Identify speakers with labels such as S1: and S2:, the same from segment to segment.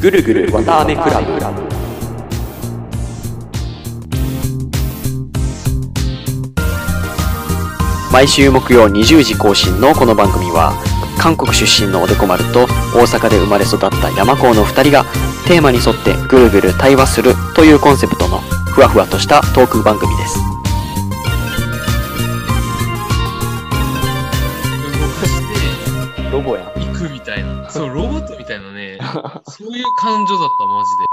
S1: ぐるぐるわたあめクラブ毎週木曜20時更新のこの番組は韓国出身のおでこ丸と大阪で生まれ育った山高の2人がテーマに沿ってぐるぐる対話するというコンセプトのふわふわとしたトーク番組です
S2: 動かして
S1: ロボやん
S2: 行くみたいな。そう、ロボットみたいな ね。そういう感情だった、マジで。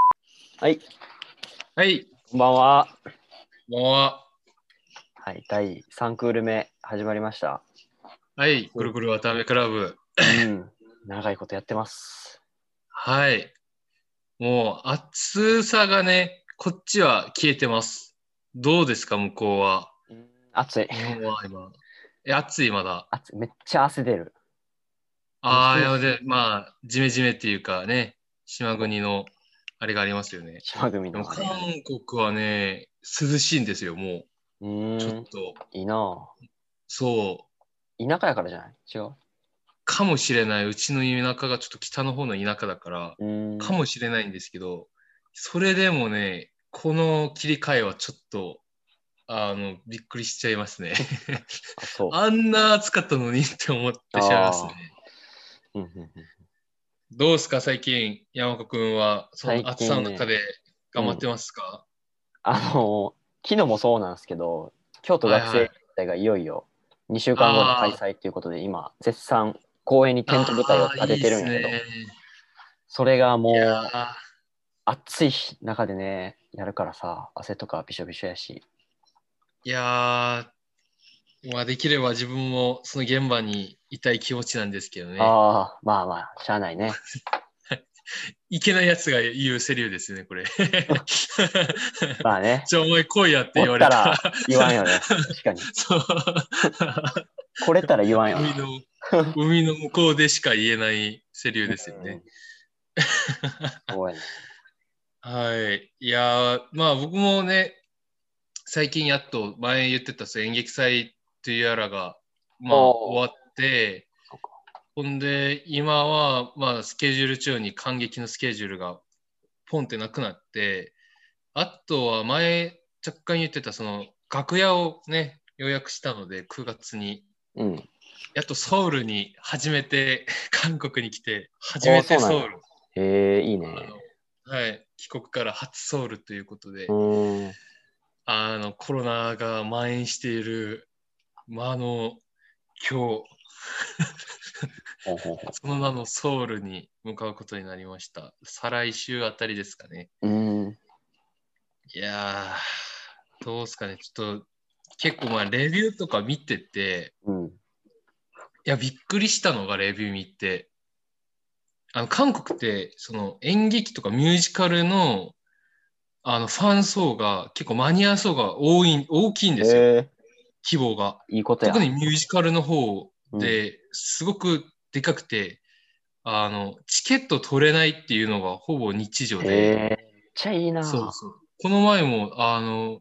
S1: はい
S2: はい、
S1: こんばんは
S2: こんばんは。
S1: はい第3クール目始まりました
S2: はい、ぐるぐるわたあめクラブ。
S1: うん長いことやってます
S2: はい。もう、暑さがね、こっちは消えてます。どうですか、向こうは。
S1: うん暑い
S2: 日本は今。え、暑い、まだ。
S1: 暑いめっちゃ汗出る
S2: ああ、い
S1: そう
S2: や
S1: です
S2: で、まあ、じめじめっていうかね、島国の、あれがありますよね。
S1: 島組
S2: で
S1: の
S2: も、韓国はね、涼しいんですよ、も
S1: う
S2: う。ちょ
S1: ー
S2: っ
S1: ん
S2: と。
S1: いいな
S2: そう。
S1: ぁ田舎やからじゃない違う
S2: かもしれないうちの田舎がちょっと北の方の田舎だから
S1: うーん
S2: かもしれないんですけどそれでもねこの切り替えはちょっとあのびっくりしちゃいます ね
S1: あそう
S2: あんな暑かったのにって思ってしまいますね
S1: うんうんうん
S2: どうですか最近山岡君はそ
S1: 最近
S2: の
S1: ね
S2: 暑さの中で頑張ってますか、
S1: あの、昨日もそうなんですけど、京都学生会がいよいよ2週間後の開催ということで、今、絶賛公園にテント舞台を立ててるんやけど、
S2: あーいいっすね
S1: それがも
S2: いうやー
S1: 暑い中でね、やるからさ、汗とかびしょびしょやし、
S2: いやーまあできれば自分もその現場にいたい気持ちなんですけどね
S1: ああ、まあまあ、しゃあないね。
S2: いけないやつが言うセリフですね、これ。
S1: まあね、
S2: じゃあお前来いやって言われ
S1: お
S2: た
S1: っ。言わんよ ね。確かに。
S2: そう。
S1: 来れたら言わんよ
S2: 海
S1: ね。
S2: の、海の向こうでしか言えないセリフですよね。
S1: うん。そうやね
S2: はい。いやーまあ僕もね、最近やっと前言ってたそう演劇祭というやらが、まあ
S1: おー
S2: 終わって、ほんで今はまあスケジュール中に感激のスケジュールがポンってなくなって、あとは前若干言ってたその楽屋をね、予約したので9月に、
S1: うん。
S2: やっとソウルに初めて 韓国に来て、初めて
S1: そうなん
S2: ソウ
S1: や
S2: ル。
S1: ええいいね。
S2: あのはい、帰国から初ソウルということで、
S1: うーん。
S2: あのコロナが蔓延している、まあ、あの今日
S1: ほうほうほ
S2: その名のソウルに向かうことになりました再来週あたりですかね
S1: ううーん。
S2: いやーどうですかねちょっと結構まあレビューとか見てて
S1: うん。
S2: いやびっくりしたのがレビュー見てあの韓国ってその演劇とかミュージカルのあのファン層が結構マニア層が多い大きいんですよ、
S1: え
S2: 希望が
S1: えいいことや。
S2: 特にミュージカルの方
S1: うん
S2: ですごくでかくて、あのチケット取れないっていうのがほぼ日常
S1: へ
S2: で、
S1: えめっちゃいいな。
S2: そうそうこの前もあの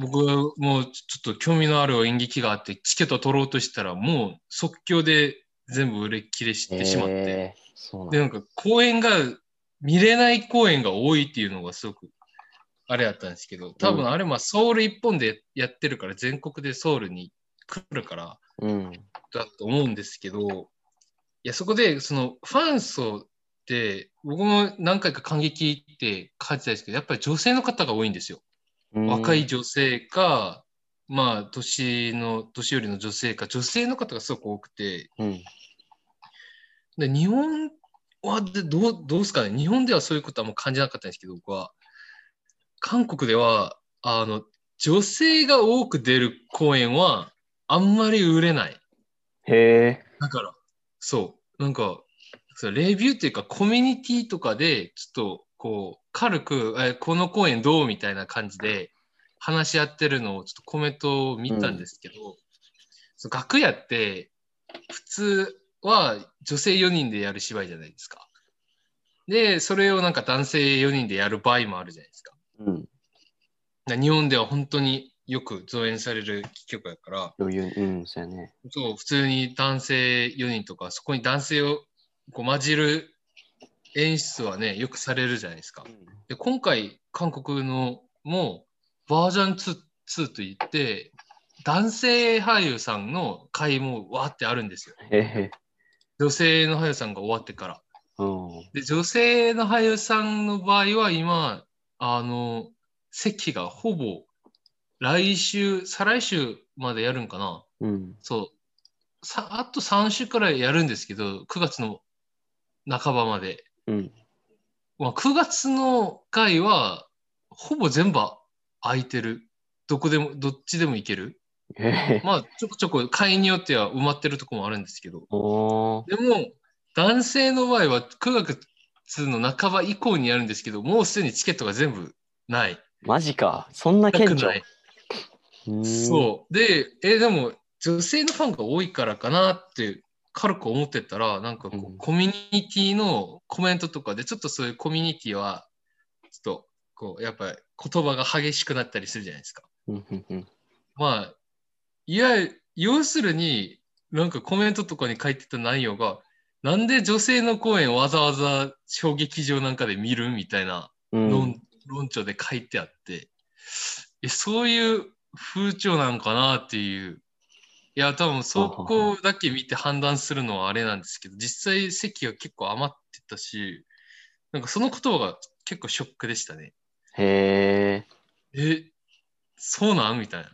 S2: 僕もちょっと興味のある演劇があってチケット取ろうとしたらもう即興で全部売れ切れしてしまって、
S1: えーそう
S2: で
S1: なん
S2: なんか公演が見れない公演が多いっていうのがすごくあれやったんですけど多分あれまあソウル一本でやってるから全国でソウルに来るから、
S1: うん。
S2: だと思うんですけど、いや、そこで、その、ファン層って、僕も何回か感激って感じたんですけど、やっぱり女性の方が多いんですよ。
S1: うん
S2: 若い。女性か、まあ、年の、年寄りの女性か、女性の方がすごく多くて、
S1: うん。
S2: で日本はでどう、どうですかね日本ではそういうことはもう感じなかったんですけど、僕は。韓国では、あの、女性が多く出る公演は、あんまり売れない。
S1: へえ。
S2: だから、そう、なんか、そうレビューっていうか、コミュニティとかで、ちょっと、こう、軽く、えこの公演どうみたいな感じで、話し合ってるのを、ちょっとコメントを見たんですけど、その楽屋って、普通は女性4人でやる芝居じゃないですか。で、それをなんか男性4人でやる場合もあるじゃないですか。
S1: うん。
S2: だから日本では本当によく上演される曲やから、
S1: 余裕。うん、そうやね。
S2: そう、普通に男性4人とか、そこに男性をこう混じる演出はね、よくされるじゃないですか。で、今回、韓国のもバージョン 2, 2といって、男性俳優さんの回もわーってあるんですよ。
S1: へへ。
S2: 女性の俳優さんが終わってから。
S1: うん。
S2: で、女性の俳優さんの場合は今、あの、席がほぼ来週、再来週までやるんかな。
S1: うん。
S2: そう。さあと3週くらいやるんですけど、9月の半ばまで。
S1: うん。
S2: まあ、9月の回は、ほぼ全部空いてる。どこでも、どっちでも行ける。
S1: へへ。
S2: まあ、ちょこちょこ会によっては埋まってるとこもあるんですけど。
S1: お
S2: で
S1: ー。
S2: も、男性の場合は9月の半ば以降にやるんですけど、もうすでにチケットが全部ない。
S1: マジか。そんな
S2: な
S1: 顕
S2: く
S1: 著
S2: ない。。
S1: うーん
S2: そう。で、え、でも、女性のファンが多いからかなって、軽く思ってたら、なんかこう、
S1: うん
S2: コミュニティのコメントとかで、ちょっとそういうコミュニティは、ちょっと、こう、やっぱり言葉が激しくなったりするじゃないですか。
S1: うんうんうん。
S2: まあ、いや、要するに、なんかコメントとかに書いてた内容が、なんで女性の公演をわざわざ衝撃場なんかで見るみたいな
S1: うん
S2: 論,、論調で書いてあってえそういう風潮なんかなっていういや多分そこだけ見て判断するのはあれなんですけど実際席が結構余ってたしなんかその言葉が結構ショックでしたね
S1: へえ。
S2: えそうなんみたいな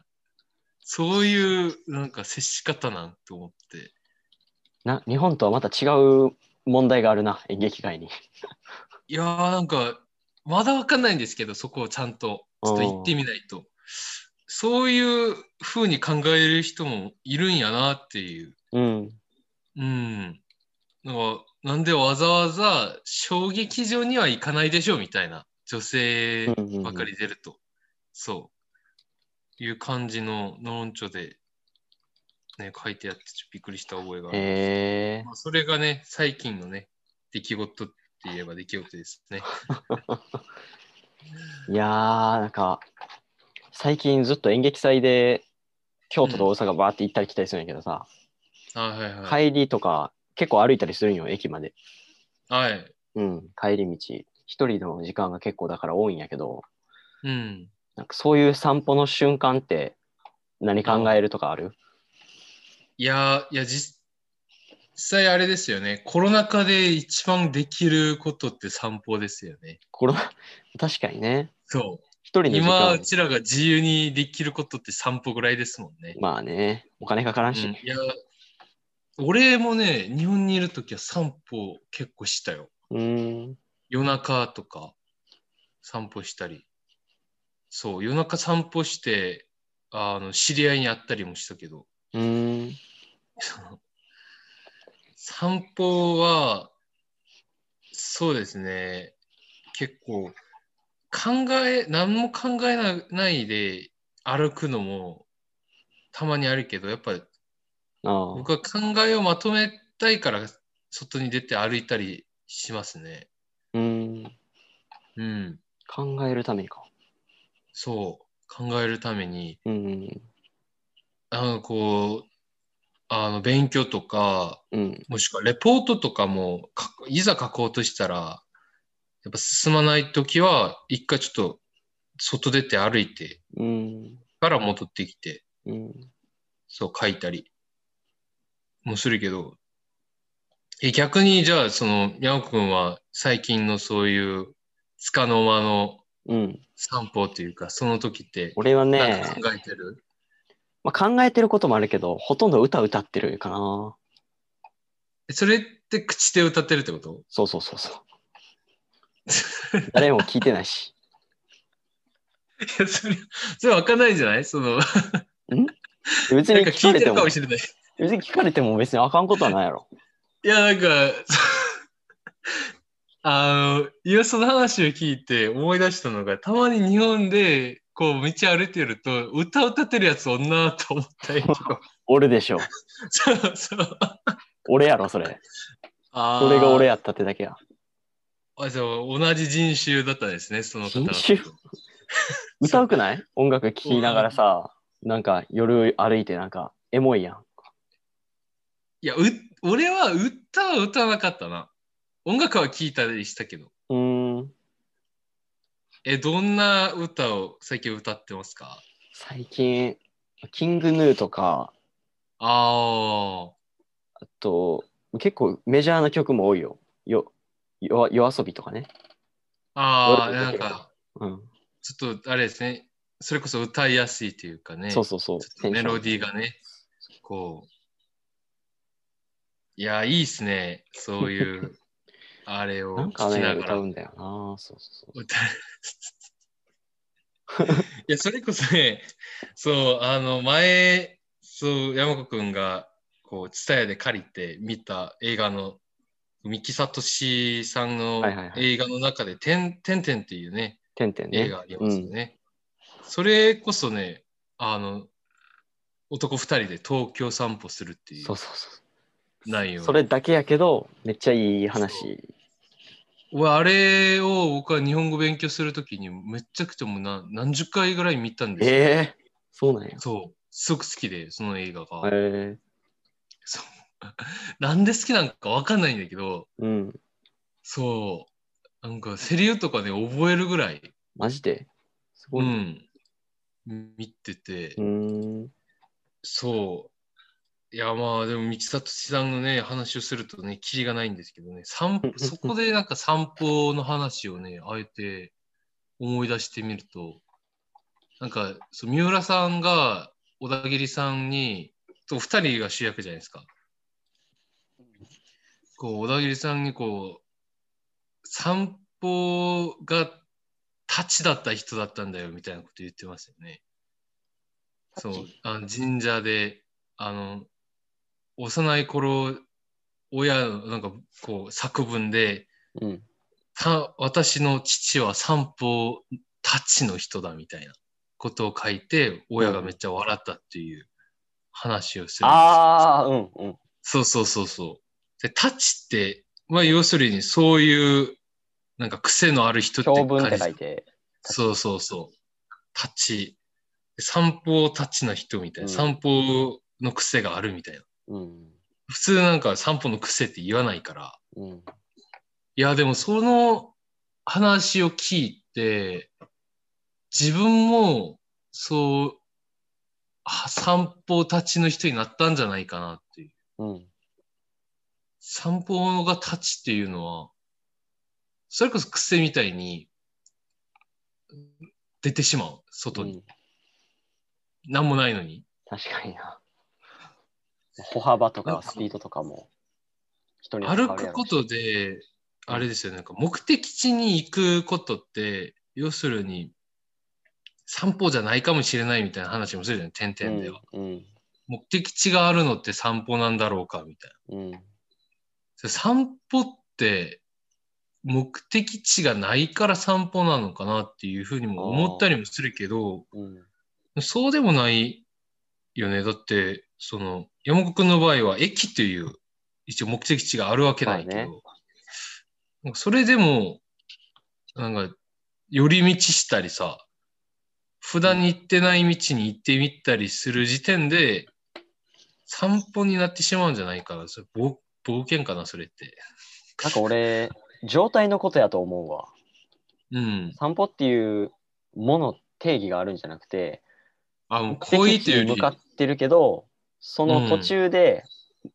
S2: そういうなんか接し方なんと思って
S1: な、日本とはまた違う問題があるな、演劇界に。
S2: いやーなんかまだわかんないんですけどそこをちゃんとちょっと行ってみないとそういう風に考える人もいるんやなっていう
S1: うん。
S2: うんなんかなんでわざわざ衝撃場には行かないでしょみたいな女性ばかり出ると、そういう感じの論調で、ね、書いてあってちょっとびっくりした覚えがある
S1: へえ。
S2: まあ、それがね、最近のね、出来事って言えば出来事ですね。
S1: いやー、なんか、最近ずっと演劇祭で、京都と大阪バーって行ったり来たりするんやけどさ、
S2: あはいはい。
S1: 帰りとか結構歩いたりするんよ、駅まで。
S2: はい。
S1: うん、帰り道。一人の時間が結構だから多いんやけど、
S2: うん。
S1: なんかそういう散歩の瞬間って何考えるとかある
S2: いやー、いや、実実際あれですよね。コロナ禍で一番できることって散歩ですよね。
S1: コロナ確かにね。
S2: そ
S1: 一
S2: う。
S1: 人の時
S2: 今、う
S1: 間。
S2: ちらが自由にできることって散歩ぐらいですもんね。
S1: まあね、お金かからんし。
S2: うんいや、俺もね、日本にいるときは散歩結構したよ。
S1: うーん。
S2: 夜中とか散歩したり。そう、夜中散歩して、あの、知り合いに会ったりもしたけど、
S1: うーん。
S2: その散歩は、そうですね、結構、考え、何も考えなないで歩くのもたまにあるけど、やっぱり
S1: ああ。
S2: 僕は考えをまとめたいから、外に出て歩いたりしますね。
S1: うーん。
S2: うん。
S1: 考えるためにか。
S2: そう、考えるために、
S1: うん。
S2: あの、こう、あの、勉強とか、
S1: うん。
S2: もしくはレポートとかも書く、いざ書こうとしたら、やっぱ進まないときは、一回ちょっと、外出て歩いて、
S1: うん。
S2: から戻ってきて、
S1: うん。
S2: そう書いたりもするけど、え、逆にじゃあ、その、ヤオくんは最近のそういう、つかの間の
S1: うん。
S2: 散歩というか、その時って、
S1: 俺は
S2: なん
S1: ね、
S2: か考えてる、
S1: まあ、考えてることもあるけど、ほとんど歌歌ってるかな。
S2: えそれって口で歌ってるってこと
S1: そうそうそうそう。誰も聞いてないし。
S2: いやそれ、それわかんないんじゃないその、なんか
S1: 別に聞
S2: 聞
S1: か
S2: い
S1: れ
S2: て
S1: て
S2: るか
S1: も
S2: も、しれない。
S1: 別に聞かれても別にあかんことはないやろ。
S2: いや、なんか、 あの、いや、その話を聞いて思い出したのが、たまに日本で、こう、道歩いてると、歌を歌ってるやつ女と思ったりと か。
S1: 俺でしょ。
S2: そうそう。
S1: 俺やろ、それ。
S2: あー
S1: それが俺。やったってだけや。
S2: あ、じゃあ同じ人種だったんですね、その方は
S1: 人種歌うくない音楽聴きながらさ、なんか夜歩いてなんかエモいやん。
S2: いや、う、俺は歌は歌わなかったな。音楽は聴いたりしたけど。
S1: うーん。
S2: え、どんな歌を最近歌ってますか
S1: 最近、キングヌーとか、
S2: ああ、
S1: あと、結構メジャーな曲も多いよ。よ、よ夜遊びとかね。
S2: ああ、
S1: 俺
S2: なんか、
S1: うん。
S2: ちょっとあれですね。それこそ歌いやすいというかね。
S1: そうそうそう
S2: ちょっ。とメロディーがね、こう。いや、いいっすね。そう いう、あれを
S1: なん
S2: 聞
S1: か
S2: き
S1: ね、
S2: なが
S1: 歌
S2: ら。
S1: うんだよな。そうそ う
S2: 歌ういや、それこそね、そう、あの、前、そう、山子くんが、こう、蔦屋で借りて見た映画の、三木聡さんの
S1: はいはいはい
S2: 映画の中で、てんてんてんっていうね、
S1: そう。てんてんね。
S2: 映画ありますよね。それこそね、あの、男二人で東京散歩するってい
S1: そううそうそう。
S2: 内容。
S1: それだけやけど、めっちゃいい話。
S2: 俺あれを僕は日本語勉強するときにめっちゃくちゃもうな何十回ぐらい見たんですよ。
S1: ええそうなんや。
S2: そう。すごく好きで、その映画が。
S1: ええ
S2: そうなんで好きなのかわかんないんだけど、
S1: うん。
S2: そう。なんかセリフとかね、覚えるぐらい、
S1: マジで。すご
S2: う
S1: い。
S2: ん、見てて、
S1: うーん。
S2: そう。いや、まあでも、三木聡さんのね、話をするとね、キリがないんですけどね、散歩そこでなんか散歩の話をね、あえて思い出してみると、なんか、そう三浦さんが小田切さんに、と二人が主役じゃないですか。こう、小田切さんにこう、散歩が太刀だった人だったんだよ、みたいなこと言ってますよね。そう
S1: 太刀、
S2: あの神社で、あの、幼い頃、親の、なんか、こう、作文で、
S1: うん。
S2: た私の父は散歩たちの人だみたいなことを書いて、親がめっちゃ笑ったっていう話をするんですよ。
S1: ああ、うんうん。
S2: そうそうそうそう。で、タチって、まあ要するにそういう、なんか癖のある人って
S1: 長文
S2: 感
S1: って書
S2: じ
S1: い。て。
S2: そうそうそう。タチ。散歩タチな人みたいな。
S1: うん
S2: 散歩の癖があるみたいな。
S1: うん。
S2: 普通なんか散歩の癖って言わないから。
S1: うん。
S2: いや、でもその話を聞いて、自分も、そう、あ散歩立ちの人になったんじゃないかなっていう。
S1: うん。
S2: 散歩が立ちっていうのは、それこそ癖みたいに出てしまう、
S1: う
S2: 外に。
S1: ん
S2: なんもないのに。
S1: 確かにな。歩幅とかスピードとかも人によって変
S2: 歩
S1: わる
S2: く
S1: やろ
S2: こ
S1: うし
S2: とで、あれですよね、なんか目的地に行くことって、要するに、散歩じゃないかもしれないみたいな話もするじゃない、点々では。
S1: うん。
S2: 目的地があるのって散歩なんだろうか、みたいな
S1: うん。うん。
S2: それ。散歩って、目的地がないから散歩なのかなっていうふうにも思ったりもするけど、
S1: うん。
S2: そうでもないよね。だって、その、山本君の場合は駅という一応目的地があるわけないけど、
S1: まあね
S2: なんかそれでも、なんか、寄り道したりさ、普段に行ってない道に行ってみたりする時点で、散歩になってしまうんじゃないかな。それ冒冒険かな、それって。
S1: なんか俺、状態のことやと思うわ。
S2: うん。
S1: 散歩っていうもの定義があるんじゃなくて、
S2: あ、もう
S1: 目
S2: 恋
S1: 的
S2: って
S1: 地
S2: いう
S1: に
S2: よ
S1: 向
S2: り
S1: か、ってるけど、その途中で、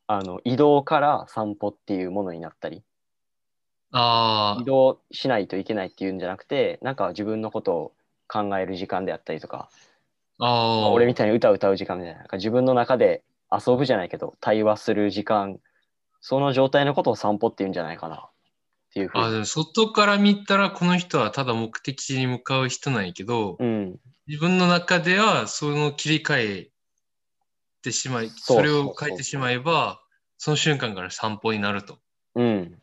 S1: あの移動から散歩っていうものになったり、
S2: あ
S1: 移動しないといけないっていうんじゃなくて、なんか自分のことを考える時間であったりとか、
S2: あ、ああ、
S1: 俺みたいに歌を歌う時間みたいな、なんか自分の中で遊ぶじゃないけど、対話する時間、その状態のことを散歩っていうんじゃないかなっていうふ
S2: あ
S1: うに。
S2: でも外から見たらこの人はただ目的地に向かう人なんやけど、
S1: うん、
S2: 自分の中ではその切り替えてしまい、
S1: そうそうそう
S2: それを変えてしまえば、その瞬間から散歩になると。
S1: うん。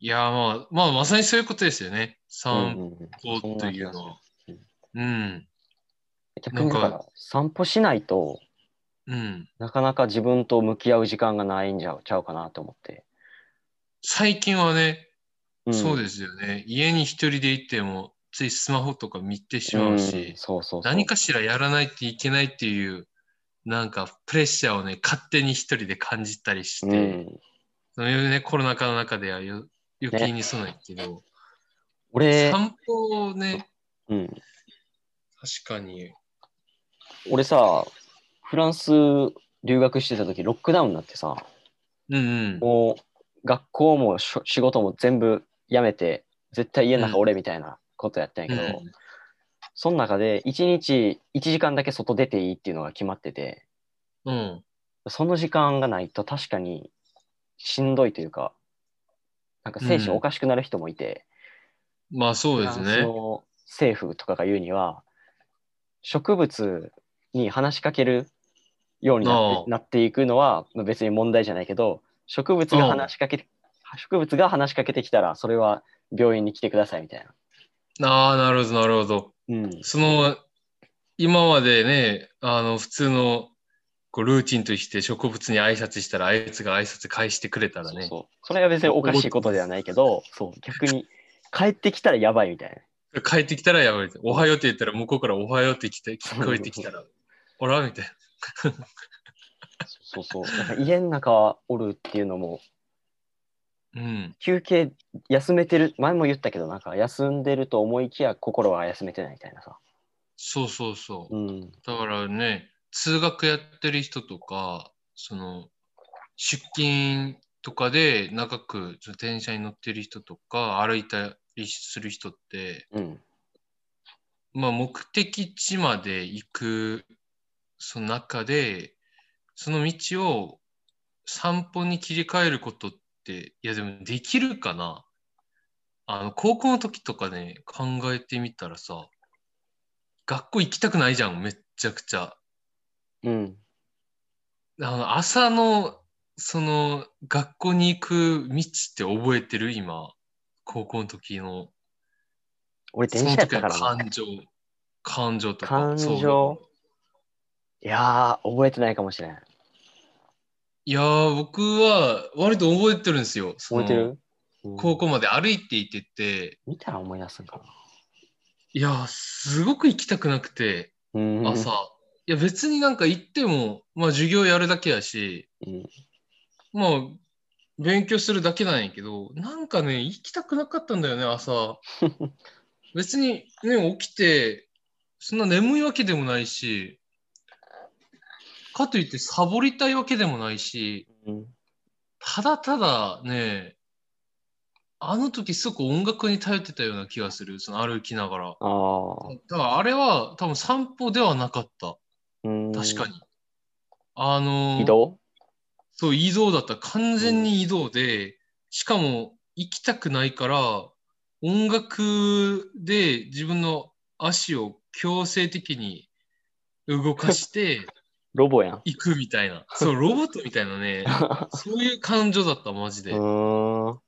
S2: いやーまあ、まあまさにそういうことですよね。
S1: うん
S2: 散歩というのは。うん。
S1: 逆にだか
S2: なん
S1: ら散歩しないと
S2: うん。
S1: なかなか自分と向き合う時間がないんじゃちゃうかなと思って、
S2: 最近はね、そう
S1: す
S2: ですよね。家に一人でいても、ついスマホとか見てしまうし、
S1: そうそうそう
S2: 何かしらやらないといけないっていう、なんかプレッシャーをね、勝手に一人で感じたりして、
S1: うん
S2: ね、コロナ禍の中ではよ余計にそうないけど、
S1: 俺、
S2: 散歩をね、
S1: うん、
S2: 確かに。
S1: 俺さ、フランス留学してた時ロックダウンになってさ、
S2: うんうん。
S1: もう学校もしょ仕事も全部やめて、絶対家の中おれみたいなことやったんやけど、
S2: うん
S1: その中で1日1時間だけ外出ていいっていうのが決まってて、
S2: うん。
S1: その時間がないと確かにしんどいというか、なんか精神おかしくなる人もいて、
S2: まあそうです
S1: フランス
S2: ね。
S1: の政府とかが言うには、植物に話しかけるようになっ
S2: ああ
S1: てなっていくのはまあ別に問題じゃないけど、植物が話しかけて、植物が話しかけてきたら、それは病院に来てくださいみたいな。
S2: ああ、なるほど、なるほど。
S1: うん、
S2: その、今までね、あの、普通の、こうルーティンとして植物に挨拶したら、あいつが挨拶返してくれたら
S1: そう
S2: ね。
S1: そうそれは別におかしいことではないけど、そう逆に帰ってきたらやばいみたいな。
S2: 帰ってきたらやばい。おはようって言ったら、向こうからおはようって来て、聞こえてきたら、おらみたいな。
S1: そうそう。なんか家の中おるっていうのも、
S2: うん。
S1: 休憩休めてる、前も言ったけど、なんか休んでると思いきや心は休めてないみたいなさ。
S2: そうそうそうう。
S1: ん。
S2: だからね、通学やってる人とか、その、出勤とかで長くその電車に乗ってる人とか、歩いたりする人って、
S1: うん。
S2: まあ、目的地まで行くその中でその道を散歩に切り替えることっていやでもできるかなあの高校の時とかね考えてみたらさ学校行きたくないじゃんめっちゃくちゃ
S1: うん。
S2: あの朝のその学校に行く道って覚えてる今高校の時の
S1: 俺、電
S2: そ
S1: 車
S2: の
S1: やっ
S2: 時
S1: た
S2: の
S1: からな。
S2: 感情感情とか
S1: 感情
S2: そう
S1: いやー、覚えてないかもしれん。
S2: いやー、僕は割と覚えてるんですよ。その
S1: 覚えてる、うん
S2: 高校まで歩いていてて、
S1: 見たら思い出すんか
S2: いやー、すごく行きたくなくて、
S1: な。うん。
S2: 朝。いや、別になんか行っても、まあ授業やるだけやし、
S1: うん。
S2: まあ勉強するだけなんやけど、なんかね、行きたくなかったんだよね、 朝。別にね、起きて、そんな眠いわけでもないし、かといってサボりたいわけでもないし、
S1: うん
S2: ただただね、あの時すごく音楽に頼ってたような気がする、その歩きながら。
S1: あー
S2: だからあれは多分散歩ではなかった、
S1: うん。
S2: 確かに。あのー
S1: 移動
S2: そう、移動だった。完全に移動で、しかも行きたくないから、音楽で自分の足を強制的に動かして
S1: ロボやん。
S2: 行くみたいな。そう、ロボットみたいな ね、そういう感情だった、マジ
S1: う
S2: で。
S1: ーん。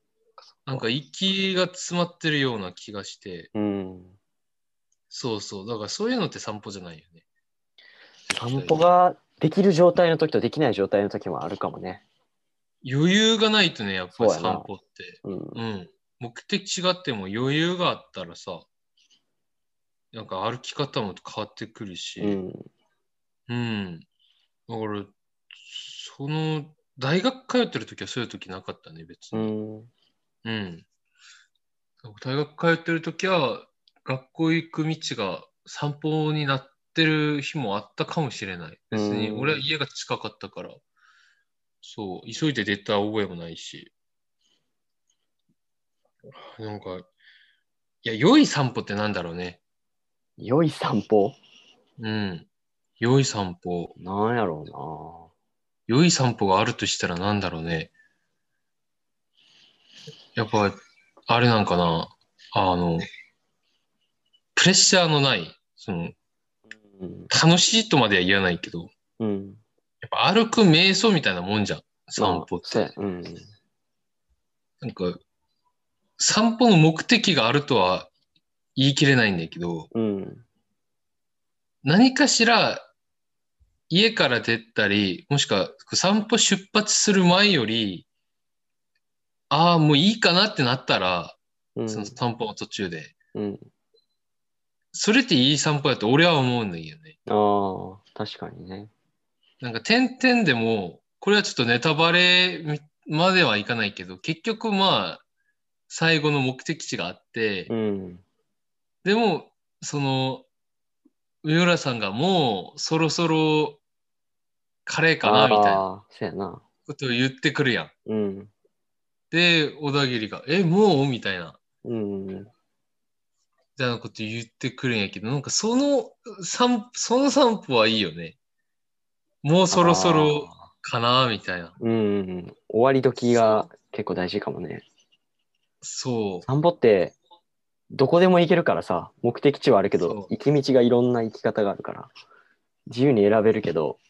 S2: なんか息が詰まってるような気がして、
S1: うん。
S2: そうそう、だからそういうのって散歩じゃないよね。
S1: 散歩ができる状態の時とできない状態の時もあるかもね。
S2: 余裕がないとね、やっぱり
S1: そうやな
S2: 散歩って。
S1: うん。
S2: うん。目的違っても余裕があったらさ、なんか歩き方も変わってくるし、
S1: うん。
S2: うん。だから、その、大学通ってる時はそういう時なかったね、別
S1: う
S2: に。
S1: ん。
S2: うん。大学通ってる時は、学校行く道が散歩になってる日もあったかもしれない。別に、
S1: うん
S2: 俺は家が近かったから、そう、急いで出た覚えもないし。なんか、いや、良い散歩ってなんだろうね。
S1: 良い散歩
S2: うん。良い散歩。
S1: なんやろ
S2: 良い散歩があるとしたらなんだろうね。やっぱ、あれなんかな。あの、プレッシャーのない、その、
S1: うな。うん。
S2: 楽しいとまでは言わないけど、
S1: うん。
S2: やっぱ歩く瞑想みたいなもんじゃん、散歩っ
S1: そうや
S2: て。
S1: うん。
S2: なんか、散歩の目的があるとは言い切れないんだけど、
S1: うん。
S2: 何かしら、家から出たり、もしくは散歩出発する前より、ああ、もういいかなってなったら、
S1: うん
S2: その散歩の途中で。
S1: うん。
S2: それっていい散歩やと俺は思うんだよね。
S1: ああ、確かにね。
S2: なんか点々でも、これはちょっとネタバレみまではいかないけど、結局まあ、最後の目的地があって、
S1: うん。
S2: でも、その、上浦さんがもうそろそろカレーかなみたいな
S1: あーそうやな。
S2: ことを言ってくるやん。
S1: うん。
S2: で、小田切が、え、もうみたいな、
S1: うん。
S2: みたいなこと言ってくるんやけど、なんかその散その散歩はいいよね。もうそろそろ
S1: あ
S2: かなみたいな。
S1: ー。うん。終わり時が結構大事かもね。
S2: そう。
S1: 散歩って、どこでも行けるからさ、目的地はあるけ
S2: そう
S1: ど、行き道がいろんな行き方があるから、自由に選べるけど、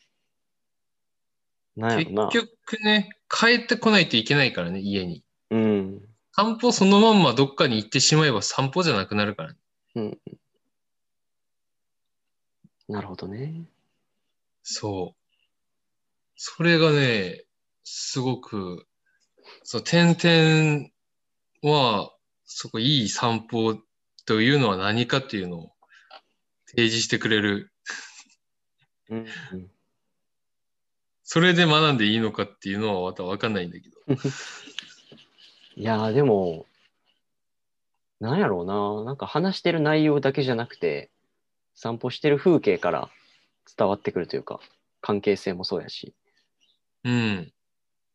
S1: なんやろ
S2: 結
S1: な。
S2: 局ね、帰ってこないといけないからね、家に。
S1: うん。
S2: 散歩そのまんまどっかに行ってしまえば散歩じゃなくなるから、ね、
S1: なるほどね。
S2: そう。それがね、すごく、そう、点々は、そこいい散歩というのは何かっていうのを提示してくれる。
S1: うん。
S2: それで学んでいいのかっていうのはまたわかんないんだけど。
S1: いやーでも、なんやろうな。なんか話してる内容だけじゃなくて、散歩してる風景から伝わってくるというか、関係性もそうやし。
S2: うん。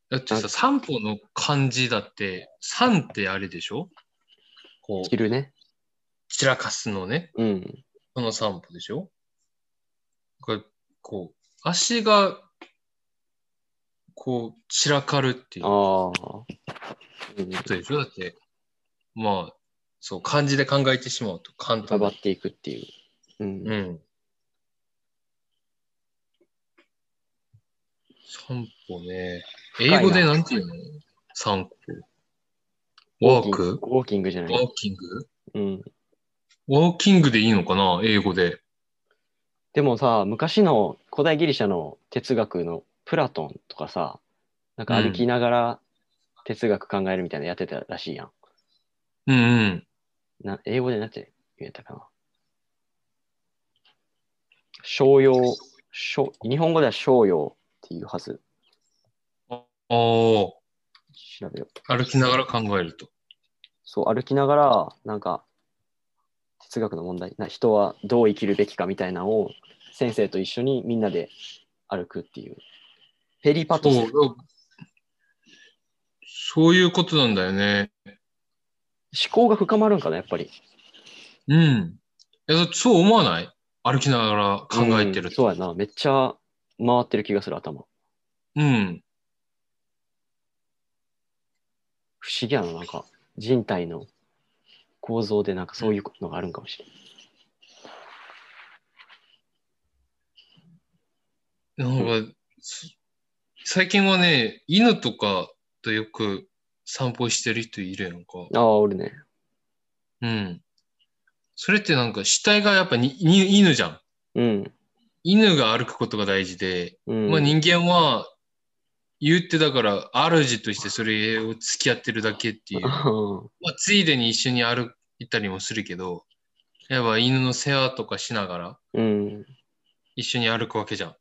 S2: だってさ、散歩の漢字だって、散ってあれでしょこう
S1: 散るね。
S2: 散らかすのね、
S1: うん。
S2: この散歩でしょこれ、こう、足が、こう、散らかるっていうこ
S1: ああ。うん。
S2: とでしょだって、まあ、そう、漢字で考えてしまうと簡
S1: か
S2: 単
S1: ば
S2: だ
S1: っ。ていくっていう。うん。
S2: うん。散歩ね。
S1: いな
S2: 英語でなんて言うの散歩。
S1: ウ
S2: ワー
S1: ォーキング
S2: ク
S1: ウォーキングじゃ
S2: ワ
S1: ない。
S2: ーキング
S1: うん。
S2: ワーキングでいいのかな英語で。
S1: でもさ、昔の古代ギリシャの哲学のプラトンとかさ、なんか歩きながら哲学考えるみたいなのやってたらしいやん。
S2: うんうん。
S1: な英語でなんて言えたかな。商用、商日本語では商用っていうはず。
S2: ああ。
S1: 調べよう。
S2: 歩きながら考えると。
S1: そう、歩きながら、なんか、哲学の問題な、人はどう生きるべきかみたいなのを、先生と一緒にみんなで歩くっていう。ペリパト
S2: そ
S1: ス
S2: う、そういうことなんだよね。
S1: 思考が深まるんかな、やっぱり。
S2: うん。いやだってそう思わない歩きながら考えて
S1: う
S2: る
S1: んそう
S2: と。
S1: やな、めっちゃ回ってる気がする、頭。
S2: うん。
S1: 不思議やな、なんか、人体の構造で、なんかそういうのがあるんかもしれない。
S2: なんか、す最近はね、犬とかとよく散歩してる人いるやんか。
S1: ああ、俺ね。
S2: うん。それってなんか死体がやっぱにに犬じゃん。
S1: うん。
S2: 犬が歩くことが大事で、
S1: うん、
S2: まあ人間は言ってだから主としてそれを付き合ってるだけっていう。
S1: うん
S2: まあ、ついでに一緒に歩いたりもするけど、やっぱ犬の世話とかしながら
S1: うん。
S2: 一緒に歩くわけじゃん。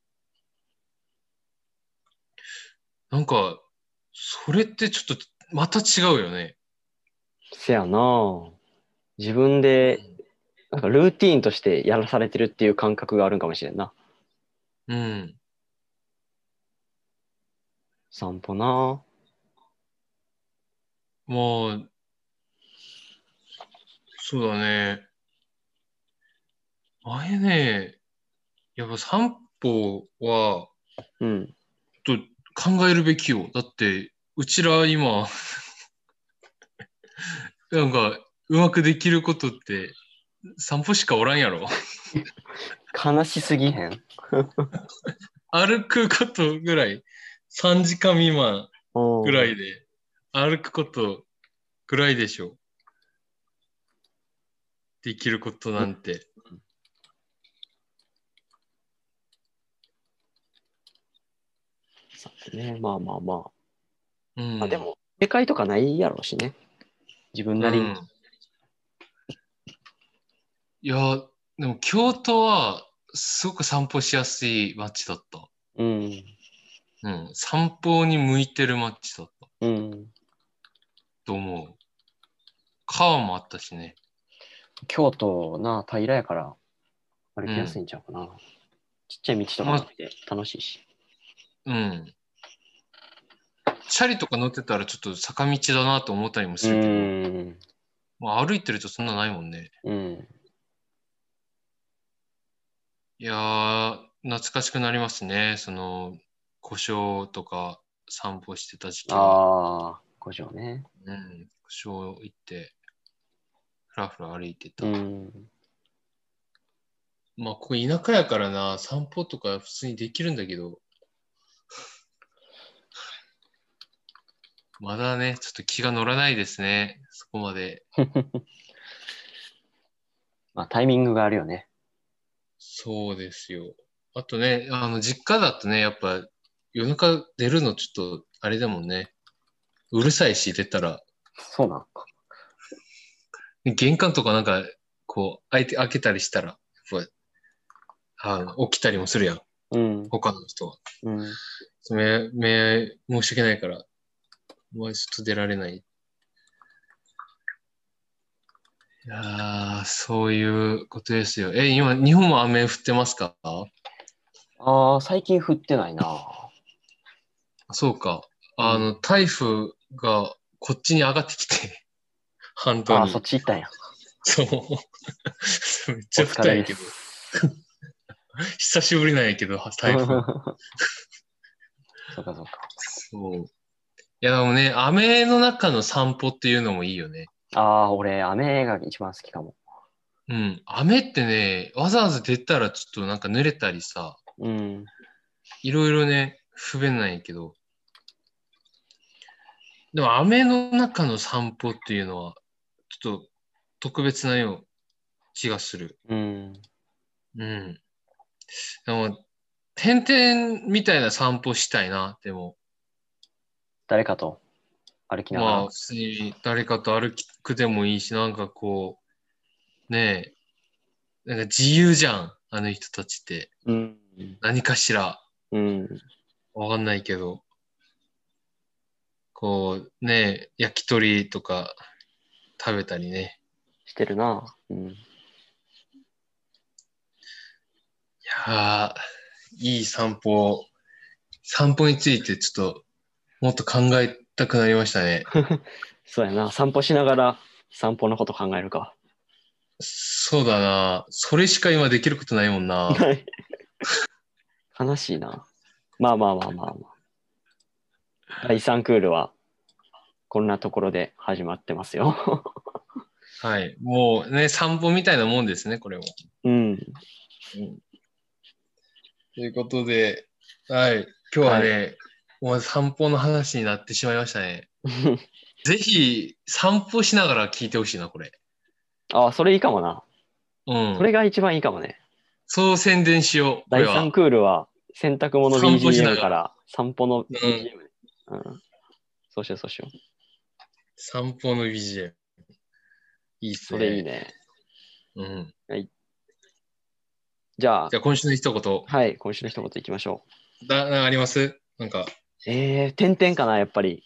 S2: なんか、それってちょっとまた違うよね。
S1: せやな自分で、なんかルーティーンとしてやらされてるっていう感覚があるんかもしれんな。
S2: うん。
S1: 散歩な
S2: もう、そうだね。前ね、やっぱ散歩は
S1: うん。
S2: 考えるべきよ。だって、うちら今、 なんか、うまくできることって、散歩しかおらんやろ。
S1: 悲しすぎへん。
S2: 歩くことぐらい、3時間未満ぐ
S1: ぐ
S2: らい。で、歩くことぐらいでしょ。できることなんて。
S1: ね、まあまあま
S2: うん。
S1: あ。あでも、世界とかないやろうしね。自分なりに。
S2: うんいや、でも京都は、すごく散歩しやすい街だった。
S1: うん。
S2: うん、散歩に向いてる街だった。
S1: うん。
S2: と思う。川もあったしね。
S1: 京都な、平やから歩きやすいんちゃうかな。ちっちゃい道とかなくて楽しいし。
S2: うん。チャリとか乗ってたらちょっと坂道だなと思ったりもす
S1: う
S2: るけど、
S1: ん。
S2: まあ、歩いてるとそんなないもんね。
S1: うん。
S2: いやー、懐かしくなりますね。その、故障とか散歩してた時期は。
S1: ああ、五条ね。
S2: うん。故障行って、ふらふら歩いてた。
S1: うん。
S2: まあ、ここ田舎やからな、散歩とか普通にできるんだけど、まだね、ちょっと気が乗らないですね、そこまで。
S1: まあタイミングがあるよね。
S2: そうですよ。あとね、あの、実家だとね、やっぱ、夜中出るのちょっと、あれだもんね。うるさいし、出たら、
S1: そうなんか。
S2: 玄関とかなんか、こう、開いて、開けたりしたら、やっぱ、あの起きたりもするやん、
S1: うん。
S2: 他の人は。
S1: うん。
S2: め、め、申し訳ないから、もうちょっと出られない。いやー、そういうことですよ。え、今、日本は雨降ってますかあ
S1: ああ、最近降ってないな。
S2: そうか。あの、台風がこっちに上がってきて、 半島
S1: ああ、
S2: に
S1: そっ。ち行ったんや。
S2: そう。 めっち
S1: お
S2: ゃ
S1: 疲
S2: 太
S1: れ
S2: い
S1: で
S2: けど、
S1: す。
S2: 久しぶりなんやけど、台 風。
S1: そうかそうか。
S2: そう。いや、でもね、雨の中の散歩っていうのもいいよね。
S1: ああ、俺、雨が一番好きかも。
S2: うん、雨ってね、わざわざ出たらちょっとなんか濡れたりさ、
S1: うん。
S2: いろいろね、不便なんやけど。でも雨の中の散歩っていうのは、ちょっと特別なよう気がする。
S1: うん。
S2: うん。でも、点々みたいな散歩したいな、でも。
S1: 誰かと歩きながら。
S2: まあ、普通に誰かと歩くでもいいし、なんかこう、ねえ、なんか自由じゃん、あの人たちって。
S1: うん。
S2: 何かしら。
S1: うん。
S2: わかんないけど、こうね、焼き鳥とか食べたりね。
S1: してるな。うん。
S2: いやー、いい散歩を、散歩についてちょっともっと考えたくなりましたね。
S1: そうやな。散歩しながら散歩のこと考えるか。
S2: そうだなそれしか今できることないもんな
S1: 悲しいな。まあまあまあまあまあ。第3クールは、こんなところで始まってますよ。
S2: はい。もうね、散歩みたいなもんですね、これも。
S1: うん。
S2: ということで、はい。今日はね、もう散歩の話になってしまいましたね。ぜひ、散歩しながら聞いてほしいな、これ。
S1: ああ、それいいかもな。
S2: うん。
S1: それが一番いいかもね。
S2: そう宣伝しよう。こ
S1: 第
S2: れは
S1: 3クールは、洗濯物
S2: 散歩しなが
S1: BGM
S2: ら
S1: から散歩の BGM ね。うん。そうしよう、そうしよう。
S2: 散歩の BGM。いいっす
S1: そ
S2: ね。
S1: れいいね。
S2: うん。
S1: じゃあ
S2: じ、ゃあ今週の一言、
S1: はい、今週の一言いきましょ
S2: だなんかありますなんか、
S1: う。えー、点々かな、やっぱり。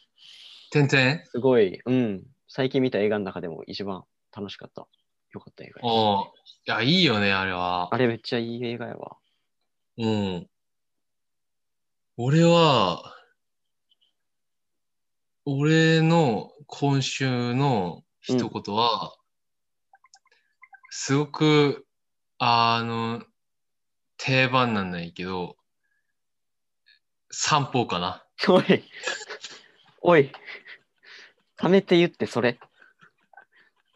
S2: 点々
S1: すごい、うん。最近見た映画の中でも一番楽しかった。よかった映画です。
S2: おーいや、いいよね、あれは
S1: あ。れめっちゃいい映画やわ。
S2: うん。俺は、俺の今週の一言は、すごく、あの、定番なんだけど、散歩かな。
S1: おい、おい、ためて言ってそれ。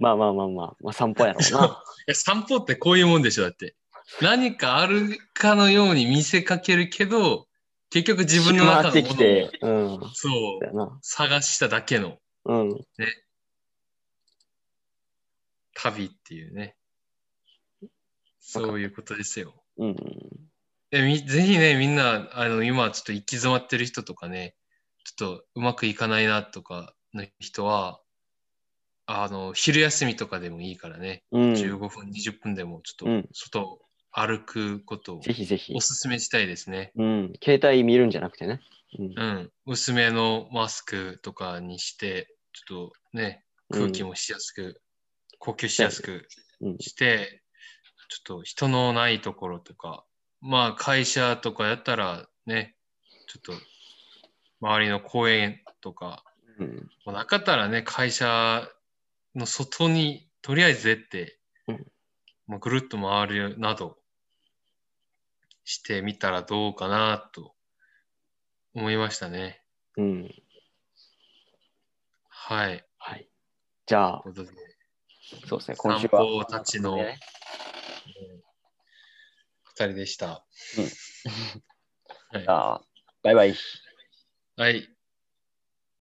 S1: まあまあまあまあ、まあ散歩やろう
S2: そうい
S1: な。
S2: や散歩ってこういうもんでしょだって何かあるかのように見せかけるけど結局 自分の中
S1: 回って
S2: のも
S1: き
S2: のを
S1: て、うん。
S2: そう
S1: だよな。
S2: 探しただけの
S1: うん。
S2: 旅っていうねそういうことですよ
S1: うん。
S2: でみぜひねみんなあの今ちょっと行き詰まってる人とかねちょっとうまくいかないなとかの人はあの昼休みとかでもいいからね
S1: うん。
S2: 15分、20分でもちょ
S1: う
S2: っ
S1: ん
S2: と外を歩くことを
S1: ぜひぜひ
S2: お。すすめしたいですね。
S1: うん。携帯見るんじゃなくてね。うん
S2: うん。薄めのマスクとかにして、ちょっとね、空気もしやすく、呼吸しやすく
S1: うん
S2: して、ちょっと人のないところとか、まあ会社とかやったらね、ちょっと周りの公園とか、
S1: うん。
S2: もうなかったらね、会社の外にとりあえず出て、
S1: うん
S2: もうぐるっと回るなどしてみたらどうかなと思いましたね。
S1: うん。
S2: はい。
S1: はい。じゃあ
S2: と、いうことで
S1: そうですね、今週
S2: 散
S1: は。
S2: 歩たちの
S1: ね
S2: 二人でした。
S1: じゃあ、バイバイ。
S2: はい。